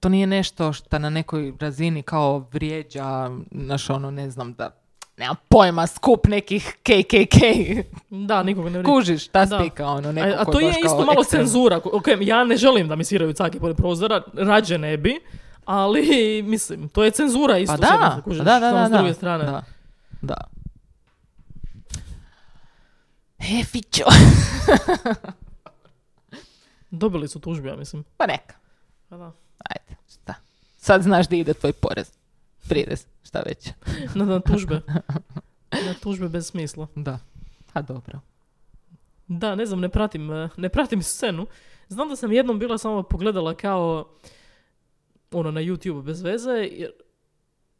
to nije nešto što na nekoj razini kao vrijeđa, znaš, ono, ne znam da, nemam pojma, skup nekih KKK,
Da, nikoga ne vrijedi.
kužiš, ta
Da.
spika, ono, neko
A, a
ko
to je
baš kao
isto malo
ekstremno.
cenzura. ko- Ok, ja ne želim da mi sviraju caki pored prozora, rađe ne bi, ali mislim, to je cenzura isto.
Pa
s jedne
da,
strane, kužiš,
pa da, da,
samo
da,
ono, s druge
da,
strane.
Da, da. E, fićo.
Dobili su tužbe, ja mislim.
Pa neka,
Pa da.
ajde, šta. Sad znaš di ide tvoj porez, prirez, šta već.
Na, na tužbe. Na tužbe bez smisla.
Da. A dobro.
Da, ne znam, ne pratim, eh, ne pratim scenu. Znam da sam jednom bila samo pogledala kao ono na YouTube bez veze, jer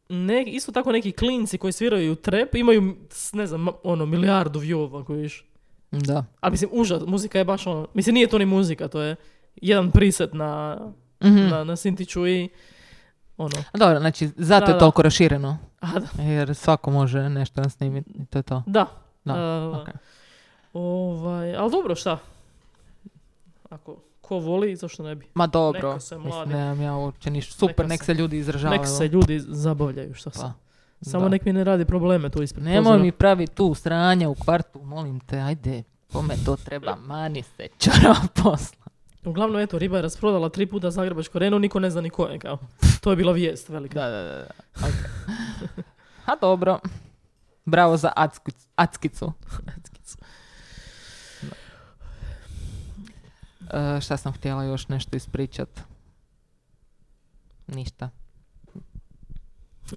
ne, isto tako neki klinci koji sviraju trap imaju, s- ne znam, ma- ono, milijardu viewova koji iš.
Da.
Ali mislim, užas, muzika je baš ono, mislim, nije to ni muzika, to je jedan preset na,
Mhm.
na, na Sintiću i ono,
A Dobro, znači, zato
Da,
je
da.
toliko rašireno.
a da,
Jer svako može nešto nam snimiti i to je to.
da, e,
Da,
da,
ok.
Ovaj, ali dobro, šta? Ako ko voli, zašto ne bi?
Ma dobro,
Neka se
mislim,
mladi-
nemam ja uopće ništa. Super,
Neka
nek
se-
se ljudi izražavaju. ono.
Nek se ljudi zabavljaju, šta se.
Pa,
Samo
da.
nek mi ne radi probleme tu ispred
Nemoj
prozora.
mi pravi tu sranje u kvartu, molim te, ajde, kome to treba, mani se, čora posla.
Uglavnom, eto, riba je rasprodala tri puta Zagrebačko Reno, niko ne zna ni ko je, kao. To je bila vijest velika.
Da, da, da. da. ok. A dobro, bravo za ackic- ackicu. E, šta sam htjela još nešto ispričat? Ništa.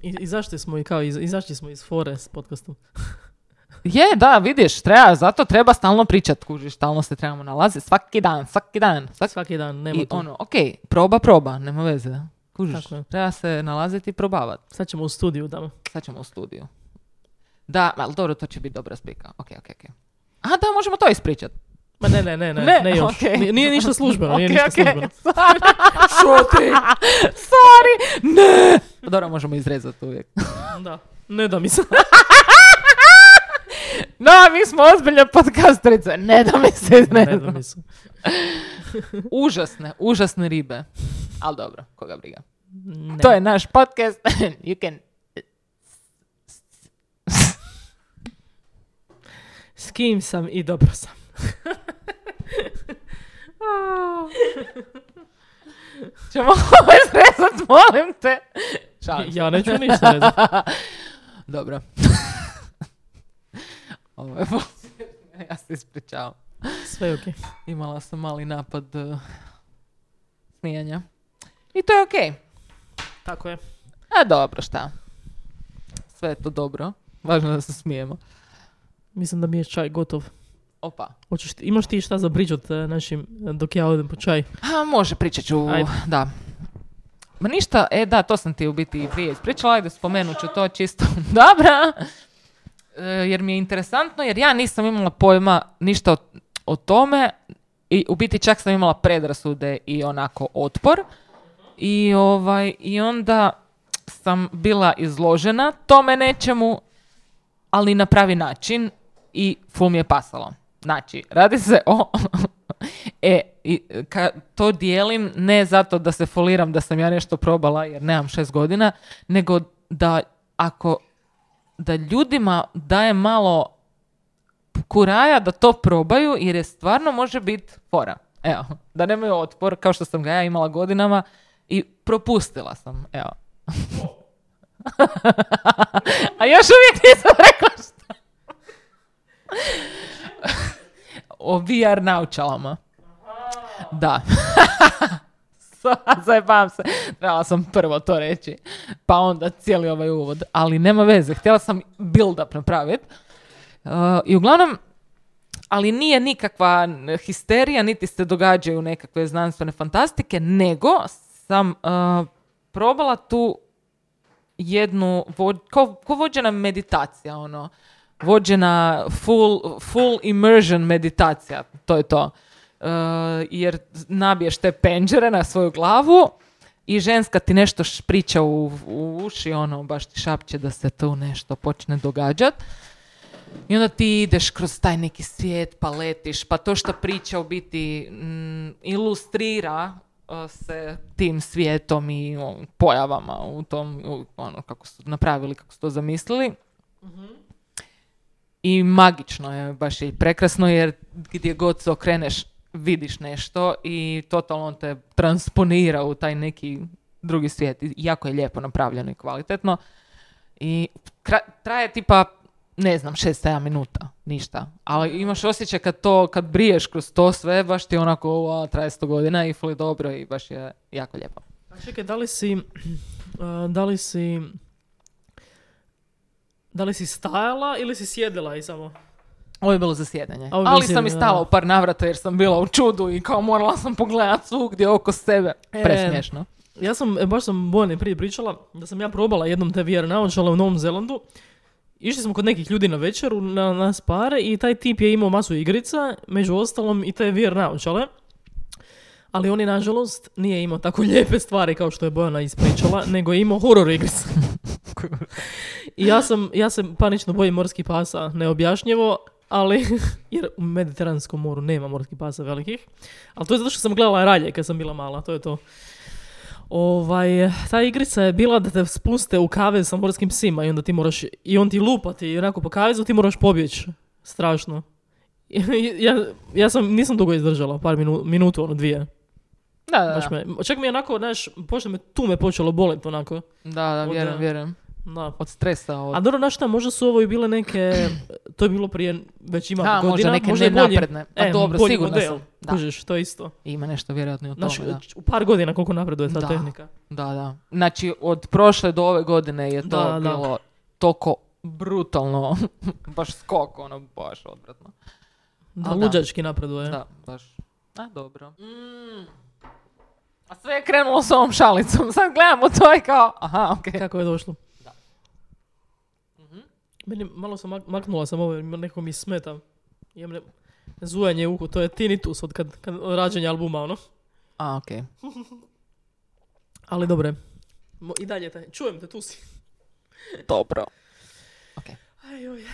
I, izašli smo i kao, iz, izašli smo iz fore s podcastom.
Je, da, vidiš, treba, zato treba stalno pričat, kužiš, stalno se trebamo nalaziti, svaki dan, svaki dan, svaki
Svaki dan, nema
I
tu.
ono, ok, proba, proba, nema veze, kužiš,
Tako je.
treba se nalaziti i probavat,
Sad ćemo u studiju tamo.
sad ćemo u studiju. Da, ali dobro, to će biti dobra spika, ok, ok, ok. A da, možemo to ispričat.
Ma ne, ne, ne, ne,
Ne,
ne, još.
okej.
Nije, nije ništa službeno, nije
Ok,
ništa
ok,
službeno.
sorry.
Šuti!
Sorry, ne. Pa Dobro, možemo izrezati uvijek.
Da, ne da mi se.
No, mi smo ozbiljne podcasterice, ne da mi se
Ne
izrezu.
da mi se.
Užasne, užasne ribe. Ali dobro, koga briga.
Ne.
To je naš podcast. you can...
S kim sam i dobro sam.
Ćemo ovo izrezat, molim te. Šalim se.
ja neću ništa ne znam.
Dobro. ovo je posebno. Ja se ispričavam.
Sve je okej.
Imala sam mali napad eh, smijanja. I to je okej.
Tako je.
A dobro, šta? Sve je to dobro. Važno je da se smijemo.
Mislim da mi je čaj gotov.
Opa.
Hoćeš, ti- imaš ti šta za pričat e, našim, e, dok ja odem po čaj?
A, može, pričat ću.
Ajde.
Da. Ma ništa, e da, to sam ti u biti i prije ispričala, ajde spomenut ću to čisto. Dobra. E, jer mi je interesantno, jer ja nisam imala pojma ništa o, o tome i u biti čak sam imala predrasude i onako otpor. I, ovaj, I onda sam bila izložena tome nečemu, ali na pravi način i ful mi je pasalo. Znači, radi se o... e, i, ka, to dijelim ne zato da se foliram da sam ja nešto probala jer nemam šest godina, nego da ako da ljudima daje malo kuraja da to probaju jer je stvarno može biti fora. Evo, da nemaju otpor kao što sam ga ja imala godinama i propustila sam, evo. A još uvijek nisam rekla šta. O VR naučalama. Da. Sa- Zajebam se. Trebala sam prvo to reći. Pa onda cijeli ovaj uvod. Ali nema veze. Htjela sam build up napraviti. Uh, I uglavnom, ali nije nikakva n- histerija, niti se događaju nekakve znanstvene fantastike, nego sam uh, probala tu jednu, vo- ko, ko vođena meditacija, ono, vođena full, full immersion meditacija, to je to. e, jer nabiješ te penđere na svoju glavu i ženska ti nešto š- priča u, u uši, ono, baš ti šapće da se tu nešto počne događat. I onda ti ideš kroz taj neki svijet, pa letiš, pa to što priča u biti mm, ilustrira e, se tim svijetom i o, pojavama u tom, u, ono, kako su napravili, kako su to zamislili. I magično je, baš je i prekrasno jer gdje god se okreneš vidiš nešto i totalno te transponira u taj neki drugi svijet. I Jako je lijepo napravljeno i kvalitetno. I kra- traje tipa, ne znam, 6-7 minuta, ništa. Ali imaš osjećaj kad to, kad briješ kroz to sve, baš ti je onako, "Ua, traje 100 godina i fuli dobro i baš je jako lijepo.
A čekaj, da li si... a, da li si... Da li si stajala ili si sjedila i samo?
Ovo je bilo zasjedanje.
A ovo je bilo
Ali sam i
zasjedanje,
stala
da.
u par navrata jer sam bila u čudu i kao morala sam pogledat svugdje oko sebe.
E.
Presmiješno.
Ja sam, e, baš sam Bojani prije pričala, da sam ja probala jednom te VR naočale u Novom Zelandu. Išli smo kod nekih ljudi na večeru, na nas pare, i taj tip je imao masu igrica, među ostalom i te VR naočale. Ali on je, nažalost, nije imao tako lijepe stvari kao što je Bojana ispričala, nego je imao horor igrice. I ja sam, ja se panično bojim morskih pasa, neobjašnjivo, ali jer u Mediteranskom moru nema morskih pasa velikih. Ali to je zato što sam gledala ralje kad sam bila mala, to je to. Ovaj, ta igrica je bila da te spuste u kavez sa morskim psima i onda ti moraš, i on ti lupati i onako po kavezu ti moraš pobjeći. Strašno. ja, ja sam, nisam dugo izdržala, par minu, minutu, ono dvije.
Da, da, da.
Baš me, čak mi je onako, znaš, pošto me tu me počelo bolet onako.
Da, da,
Od,
vjerujem,
eh,
vjerujem.
Da.
Od stresa, od...
A dobro, znaš šta, možda su ovo i bile neke, to je bilo prije već ima
da,
godina.
možda neke
je bolji-
nenapredne. Pa
e,
dobro,
bolji
sigurna
model,
sam. Da.
Kužiš, to je isto.
Ima nešto vjerojatno i o tome,
Znaš,
da.
u par godina koliko napreduje ta
Da.
tehnika.
Da, da. Znači, od prošle do ove godine je to
Da, da.
bilo toliko brutalno, baš skok, ono, baš odvratno.
Da,
Ali da.
luđački napreduje.
Da, baš. A, dobro. A sve je krenulo s ovom šalicom. Sad gledamo to i kao, aha, okej.
Kako je došlo? Mhm. Meni malo sam mak- maknula sam ovo jer neko mi smeta. Jem ne, zujanje uhu, to je tinnitus od kad, kad od rađenja albuma, ono.
A, okej.
Ali dobre. Mo- I dalje te, čujem te, tu si.
Dobro.
Ajoj,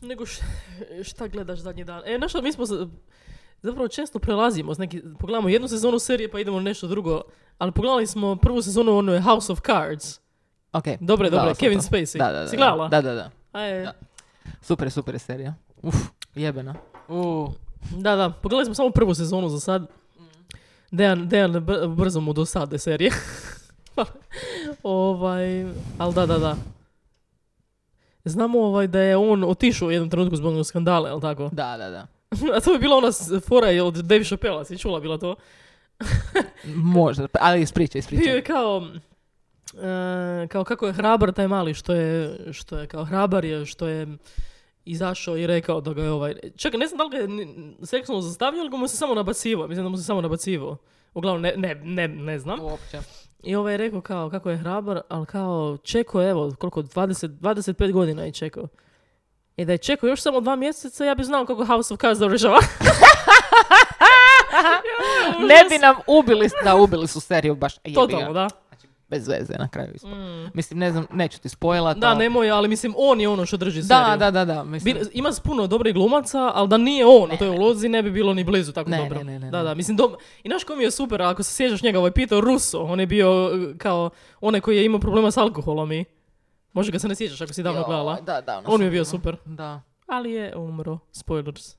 nego š- šta gledaš zadnji dan? E, znaš šta, mi smo z- zapravo često prelazimo s neki, pogledamo jednu sezonu serije pa idemo na nešto drugo, ali pogledali smo prvu sezonu ono je House of Cards.
Okej.
Dobre,
gledala
dobre,
sam
Kevin
to.
Spacey.
Da, da, da.
Si gledala?
Da, da, da.
Aj, e.
Da. Super, super je serija. Uf, jebena. U,
Da, da, pogledali smo samo prvu sezonu za sad. Dejan, Dejan br- brzo mu dosade serije. ovaj, ali da, da, da. Znamo ovaj da je on otišao u jednom trenutku zbog onog skandala, jel tako?
da, da, da.
A to je bila ona s- fora je od Dave Chappelle, si čula bila to?
Možda, ali ispričaj,
Bio
ispričaj.
je kao, e, kao kako je hrabar taj mali, što je, što je kao hrabar je, što je izašao i rekao da ga je ovaj... Čekaj, ne znam da li ga je ni- seksualno zastavljao ili ga mu se samo nabacivao. Mislim da mu se samo nabacivao. Uglavnom, ne, ne, ne, ne znam.
Uopće.
I ovaj je rekao kao kako je hrabar, ali kao čekao je, evo koliko, 20, 25 godina je čekao. I da je čekao još samo dva mjeseca, ja bi znao kako House of Cards završava.
Ne bi nam ubili, da ubili su seriju baš jebi ga.
Totalno, da.
Znači, bez veze na kraju isto. Mislim, ne znam, neću ti spojila to.
Mm. Da, nemoj, ali mislim, on je ono što drži
Pa. da,
seriju.
da, da, da, mislim.
Bi- ima s puno dobrih glumaca, ali da nije on u toj ulozi ne bi bilo ni blizu tako
Ne,
dobro.
ne, ne, ne,
da,
ne.
da, mislim, dom... i naš kom je super, ako se sjećaš njega, ovaj Peter Russo, on je bio eh, kao onaj koji je imao problema s alkoholom i možda ga se ne sjećaš ako si davno
Joj,
gledala.
Da, davno
On mi je
sam-
bio super.
Da.
Ali je umro. Spoilers.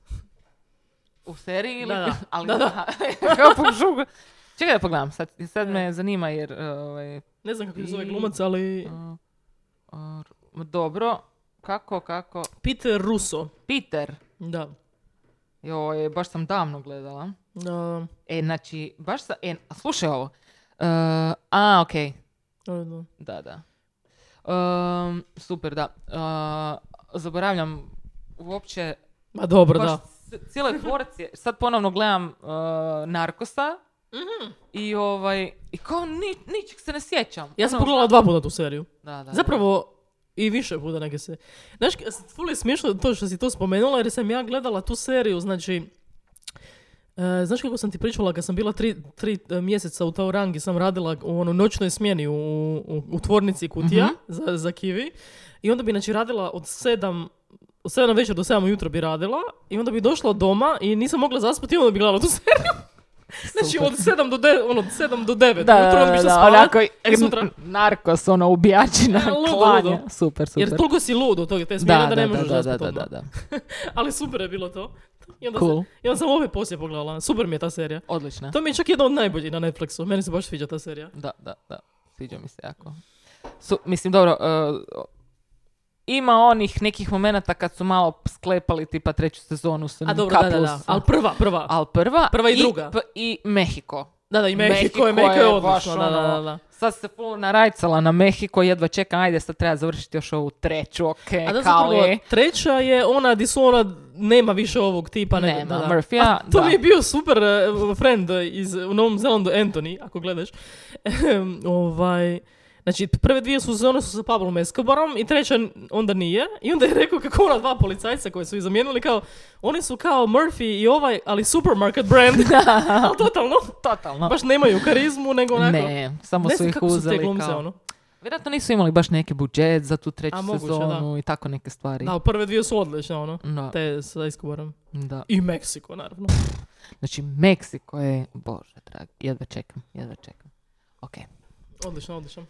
U seriji ili?
Da, da.
ali,
Da, da.
Aha, kao pokušao- Čekaj da pogledam, sad, sad me zanima jer... Ovaj,
Ne znam kako se zove
I-
glumac, ali...
a, a, dobro, kako, kako?
Peter Russo.
Peter.
Da.
Joj, baš sam davno gledala.
Da.
E, znači, baš sa... E, a slušaj ovo. E, a, okej.
da, da.
Da, da. Ehm, super, da. E, zaboravljam uopće...
Ma dobro,
baš
da.
s- Cijele porcije. Sad ponovno gledam e, Narkosa. Mhm. I ovaj... I kao ni, ničeg se ne sjećam.
Ja sam
Ono,
pogledala dva puta tu seriju.
Da, da, da.
Zapravo i više puta neke se. Znaš, ful je smiješno to što si to spomenula jer sam ja gledala tu seriju, znači E, znaš kako sam ti pričala kad sam bila tri, tri e, mjeseca u Taurangi sam radila u ono, noćnoj smjeni u, u, u tvornici kutija
Mhm.
za, za kivi i onda bi znači radila od sedam od 7 večer do 7 ujutro bi radila i onda bi došla doma i nisam mogla zaspati i onda bi gledala tu seriju. Znači
Super.
od 7 do, de, ono, od 7 do 9.
Da,
ujutro, onda bi
da,
išla
da,
spavat.
onako i-
i sutra-
narkos, ono, ubijačina,
E, ludo,
klanja.
ludo.
Super, super.
Jer toliko si lud od toga, te smjene da,
da, da,
ne možeš
da, da,
zaspati
da,
odmah.
da, da.
Ali super je bilo to. I onda,
Cool.
sam, I onda sam ove poslije pogledala. Super mi je ta serija.
Odlična.
To mi je čak jedna od najboljih na Netflixu. Meni se baš sviđa ta serija.
Da, da, da. Sviđa mi se jako. Su, mislim, dobro, e, ima onih nekih momenata kad su malo sklepali tipa treću sezonu s
A
onim
dobro, da, da,
couples.
da. Ali prva, prva.
Al prva,
Prva i druga.
p- I Mehiko.
da, da, i Mehiko,
Mehiko
je, Mehiko je
je
odlično.
baš
Da, da, da,
ono-
da.
Sad se full narajcala na Mehiko, jedva čekam, ajde sad treba završiti još ovu treću, okej,
A da sam
E, kao
pogledala,
je.
treća je ona di su ona, nema više ovog tipa. nego-
Nema,
da, da.
Murphy-a,
A To
da.
mi je bio super eh, friend iz, u Novom Zelandu, Anthony, ako gledaš. Em, ovaj, Znači, prve dvije su sezone su sa Pablom Escobarom i treća n- onda nije. I onda je rekao kako ona dva policajca koje su ih zamijenili kao, oni su kao Murphy i ovaj, ali supermarket brand. ali totalno,
Totalno.
baš nemaju karizmu, nego onako.
ne, samo
ne
su
znam
ih
kako su te
uzeli
glumce,
kao...
ono.
Vjerojatno nisu imali baš neki budžet za tu treću
A, moguće,
sezonu i tako neke stvari.
Da, prve dvije su odlične, ono.
Da,
Te sa Escobarom.
da.
I Meksiko, naravno.
Znači, Meksiko je, bože drag, jedva čekam, jedva čekam. Ok,
Odlično, odlično.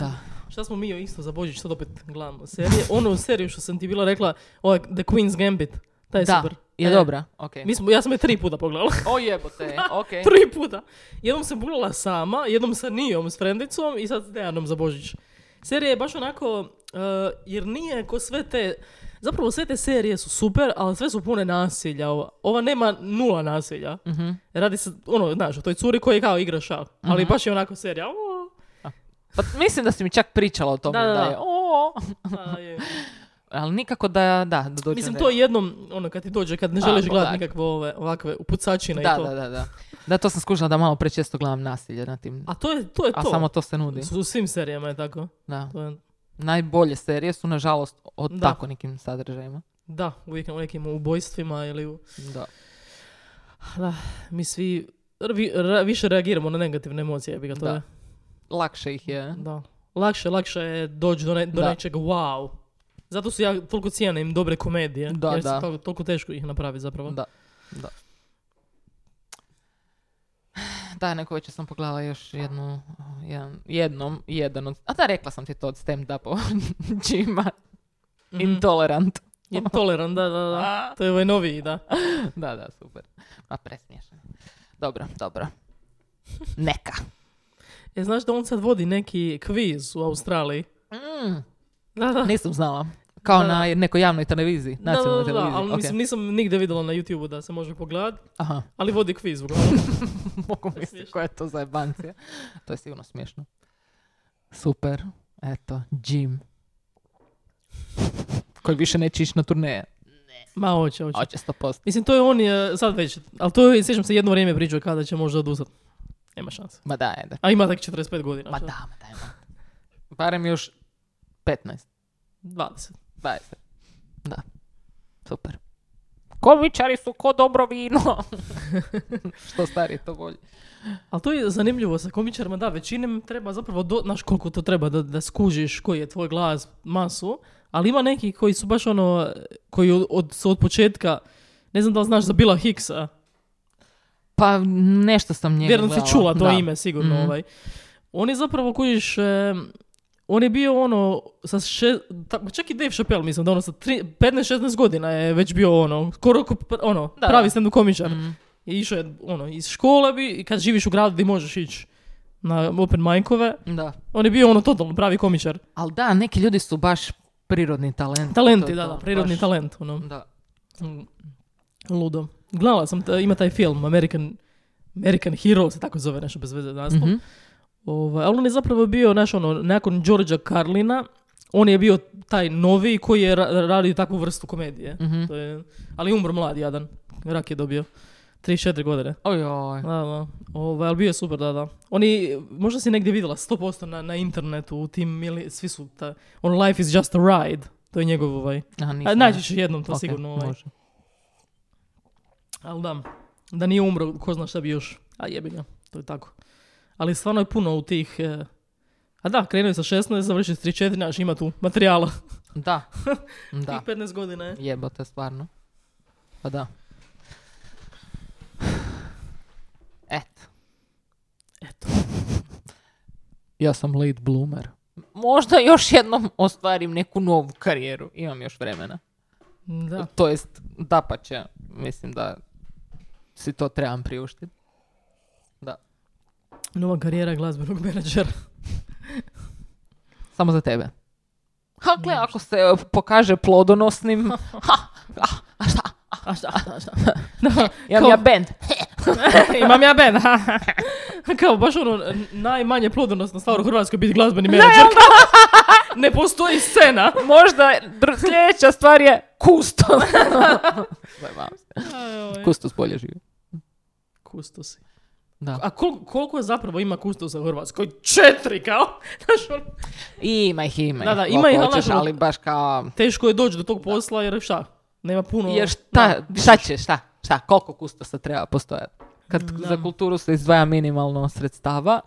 da.
Šta smo mi joj isto za Božić, sad opet gledamo serije. Onu seriju što sam ti bila rekla, ovaj The Queen's Gambit. Taj je
da,
super.
je
E,
dobra, ok.
Mi smo, ja sam je tri puta pogledala.
O jebote, ok.
tri puta. Jednom sam pogledala sama, jednom sa Nijom, s frendicom i sad s Dejanom za Božić. Serija je baš onako, eh, jer nije ko sve te, zapravo sve te serije su super, ali sve su pune nasilja. Ova, ova nema nula nasilja.
Mhm.
Radi se, ono, znaš, o toj curi koja je kao igra šah, ali baš je onako serija. o,
Pa mislim da si mi čak pričala o tome
Da,
da,
da, da.
je o,
a je.
ali nikako da, da, da dođe
Mislim,
do-
to jednom, ono, kad ti dođe, kad ne
A,
želiš gledati
odak.
nikakve ove, ovakve upucačine i
da,
to.
da, da, da. Da, to sam skužila da malo prečesto gledam nasilje na tim. A,
A to je to. Je to.
samo to se nudi.
S- U svim serijama je tako.
Da.
To je-
Najbolje serije su, nažalost, od
Da.
tako nekim sadržajima.
da, uvijek u nekim ubojstvima ili u...
Da.
Da, mi svi vi- ra- više reagiramo na negativne emocije, bi ga to
Da.
je.
Lakše ih je.
Da. Lakše, lakše je doći do, ne, do
Da.
nečeg wow. Zato su ja toliko cijenim dobre komedije.
Da,
jer
da.
su to- toliko teško ih napraviti zapravo.
Da. Da. Da, neko večer sam pogledala još jednu, jedan, jednom, jedan od... A da, rekla sam ti to od stand-upova Jima.
Mhm.
Intolerant.
Je toleran, da, da, da.
A.
To je ovaj noviji, da.
Da, da, super. A presmiješan. Dobro, dobro. Neka.
E, znaš da on sad vodi neki kviz u Australiji?
Mm,
Da, da.
nisam znala. Kao
Da, da.
na nekoj javnoj televiziji,
Da, da, da,
nacionalnoj
da,
televiziji.
ali
ok.
mislim, nisam nigdje vidjela na youtube da se može pogledat,
Aha,
ali vodi kviz uglavnom.
mogu misliti koja je to zajebancija. To je sigurno smiješno. Super. Eto, Jim. Koji više neće ići na turneje.
Ma, hoće, hoće.
Oće 100%.
Mislim, to je on je sad već, ali to je, sjećam se jedno vrijeme pričao kada će možda odustat. Nema šanse.
Ma da, ajde.
A ima tak 45 godina.
Ma
šta?
da, ma da, ma da. Barem još 15.
20.
20. Da. Super. Komičari su ko dobro vino. Što starije, to bolje.
Ali to je zanimljivo sa komičarima, da, većinom treba zapravo, do, znaš koliko to treba da, da skužiš koji je tvoj glas, masu, ali ima neki koji su baš ono, koji od, od, su od početka, ne znam da li znaš za Bila Hicksa,
Pa nešto sam njega
Vjerno si
gledala.
čula to
Da.
ime sigurno.
Mhm.
Ovaj. On je zapravo kojiš... eh, on je bio ono, sa še, ta- čak i Dave Chappelle mislim da ono sa tri- 15-16 godina je već bio ono, skoro ko pr- ono,
Da,
pravi
da.
stand komičar.
Mhm.
I išao je ono, iz škole bi, i kad živiš u gradu gdje možeš ići na open micove,
Da.
on je bio ono totalno pravi komičar.
Ali da, neki ljudi su baš prirodni talent. To
Talenti,
je
da,
to,
da, prirodni
baš.
talent, ono,
Da.
mm, ludo. Gledala sam, ta- ima taj film, American, American Hero se tako zove, nešto bez veze naslov.
Mhm.
Ovaj, ali on je zapravo bio, znaš, ono, nakon Đorđa Karlina, on je bio taj novi koji je ra- radio takvu vrstu komedije.
Mhm.
To je, ali je umro mlad, jadan. Rak je dobio. 34 godine.
Oj, oj.
Da, da. Ovaj, ali bio je super, da, da. Oni, možda si negdje vidjela, 100% na, na internetu, u tim, mili, svi su, ta, on, life is just a ride. To je njegov, ovaj.
Aha,
A,
nisam.
naći ćeš jednom to
Ok,
sigurno, ovaj.
može.
Ali da, Da nije umro, ko zna šta bi još. A jebi ga, to je tako. Ali stvarno je puno u tih... e, A da, krenuo je sa 16, završio s 34, znaš, ima tu materijala.
Da. Da.
Tih 15 godina e. je.
Jebote, stvarno. Pa da. Eto.
Eto.
Ja sam late bloomer. Možda još jednom ostvarim neku novu karijeru. Imam još vremena.
Da.
To jest, da pa će. Mislim da si to trebam priuštiti.
Nova karijera glazbenog menadžera.
Samo za tebe. Ha, gle, ako se e, pokaže plodonosnim,
A šta, a šta? Da,
imam
kao-
ja band.
imam ja ben. kao baš ono, n- najmanje plodonosna stvar u Hrvatskoj biti glazbeni menadžer. ne postoji scena.
Možda dr- sljedeća stvar je kusto. Kustos bolje živi.
Kustosi.
Da.
A koliko, koliko zapravo ima kustosa u Hrvatskoj? Četiri, kao. Znaš, ono,
Ima ih, ima ih.
Da, da,
koliko
ima ih, ali
hoćeš,
znaš, ono-
ali baš kao...
teško je doći do tog posla jer šta? Nema puno...
Jer šta,
Da.
šta će, šta, šta, koliko kustosa treba postojati? Kad
Da.
za kulturu se izdvaja minimalno sredstava,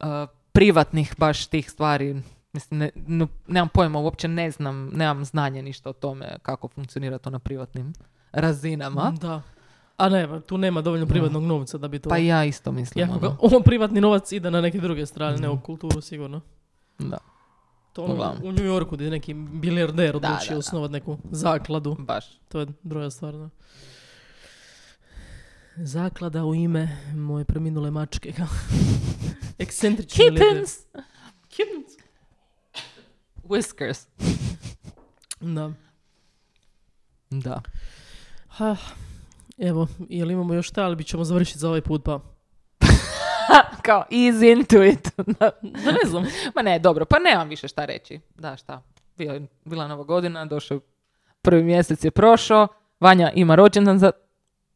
e, privatnih baš tih stvari, mislim, ne, no, nemam pojma, uopće ne znam, nemam znanje ništa o tome kako funkcionira to na privatnim razinama.
Da. A ne, tu nema dovoljno privatnog novca da bi Mm, to...
Pa ja isto mislim.
Iako ga-
ono.
on privatni novac ide na neke druge strane, ne u kulturu sigurno.
Da,
To ono
Mhm. Uglavnom.
u New Yorku gdje je neki bilijarder
Da, da,
odlučio
da.
osnovati neku zakladu.
baš.
To je druga stvar, da. Zaklada u ime moje preminule mačke. kao. Ekscentrični lider.
Kittens!
Kittens.
Whiskers.
Da.
Da.
Ha, evo, jel imamo još šta, ali bi ćemo završiti za ovaj put, pa...
Kao, ease into it. Da.
Da ne znam.
Ma ne, dobro, pa nemam više šta reći. Da, šta, bila, je- bila je nova godina, došao je- prvi mjesec je prošao, Vanja ima rođendan za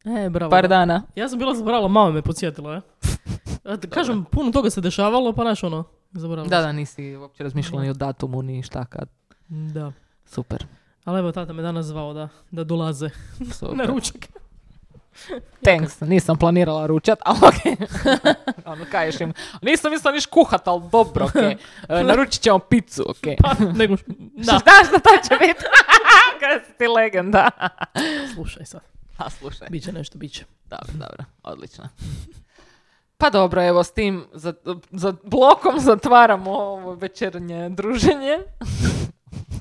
E, bravo.
par
da.
dana.
Ja sam bila zaboravila, mama me podsjetila, je. A, da Kažem, puno toga se dešavalo, pa naš ono, zaboravila.
Da,
sam.
da, nisi uopće razmišljala ni o datumu, ni šta kad.
Da.
Super,
Ali evo, tata me danas zvao da, da dolaze na
super.
ručak.
Thanks, nisam planirala ručat, ali ok. ono, kažeš im, nisam mislila niš kuhat, ali dobro, ok. E, Naručit ćemo picu, ok.
Pa, nego, da,
Znaš da to će biti? Kada si ti legenda.
slušaj sad.
A slušaj.
Biće nešto, biće.
Dobro, dobro, odlično. Pa dobro, evo s tim za, za blokom zatvaramo ovo večernje druženje.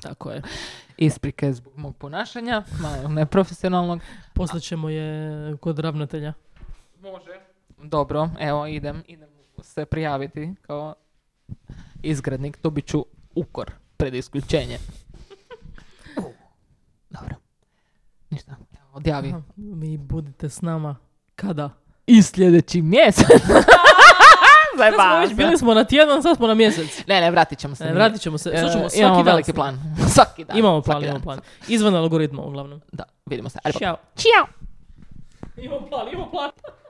Tako je.
Isprike zbog mog ponašanja, malo neprofesionalnog.
Poslat ćemo je kod ravnatelja.
Može. Dobro, evo idem, idem se prijaviti kao izgradnik, dobit ću ukor pred isključenje. Dobro. Ništa, evo, odjavi.
Aha, Vi budite s nama. Kada?
I sljedeći mjesec. Zajebala
Već
se.
bili smo na tjedan, sad smo na mjesec.
Ne, ne, vratit ćemo se.
E,
mi.
vratit ćemo se.
E,
Slušamo svaki
imamo
dan.
veliki plan. Svaki dan.
Imamo Eh, plan,
svaki
imamo
dan.
plan. Izvan algoritma, uglavnom.
Da, vidimo se. Ajde, pa.
Ćao.
Ćao.
Imamo plan, imamo plan.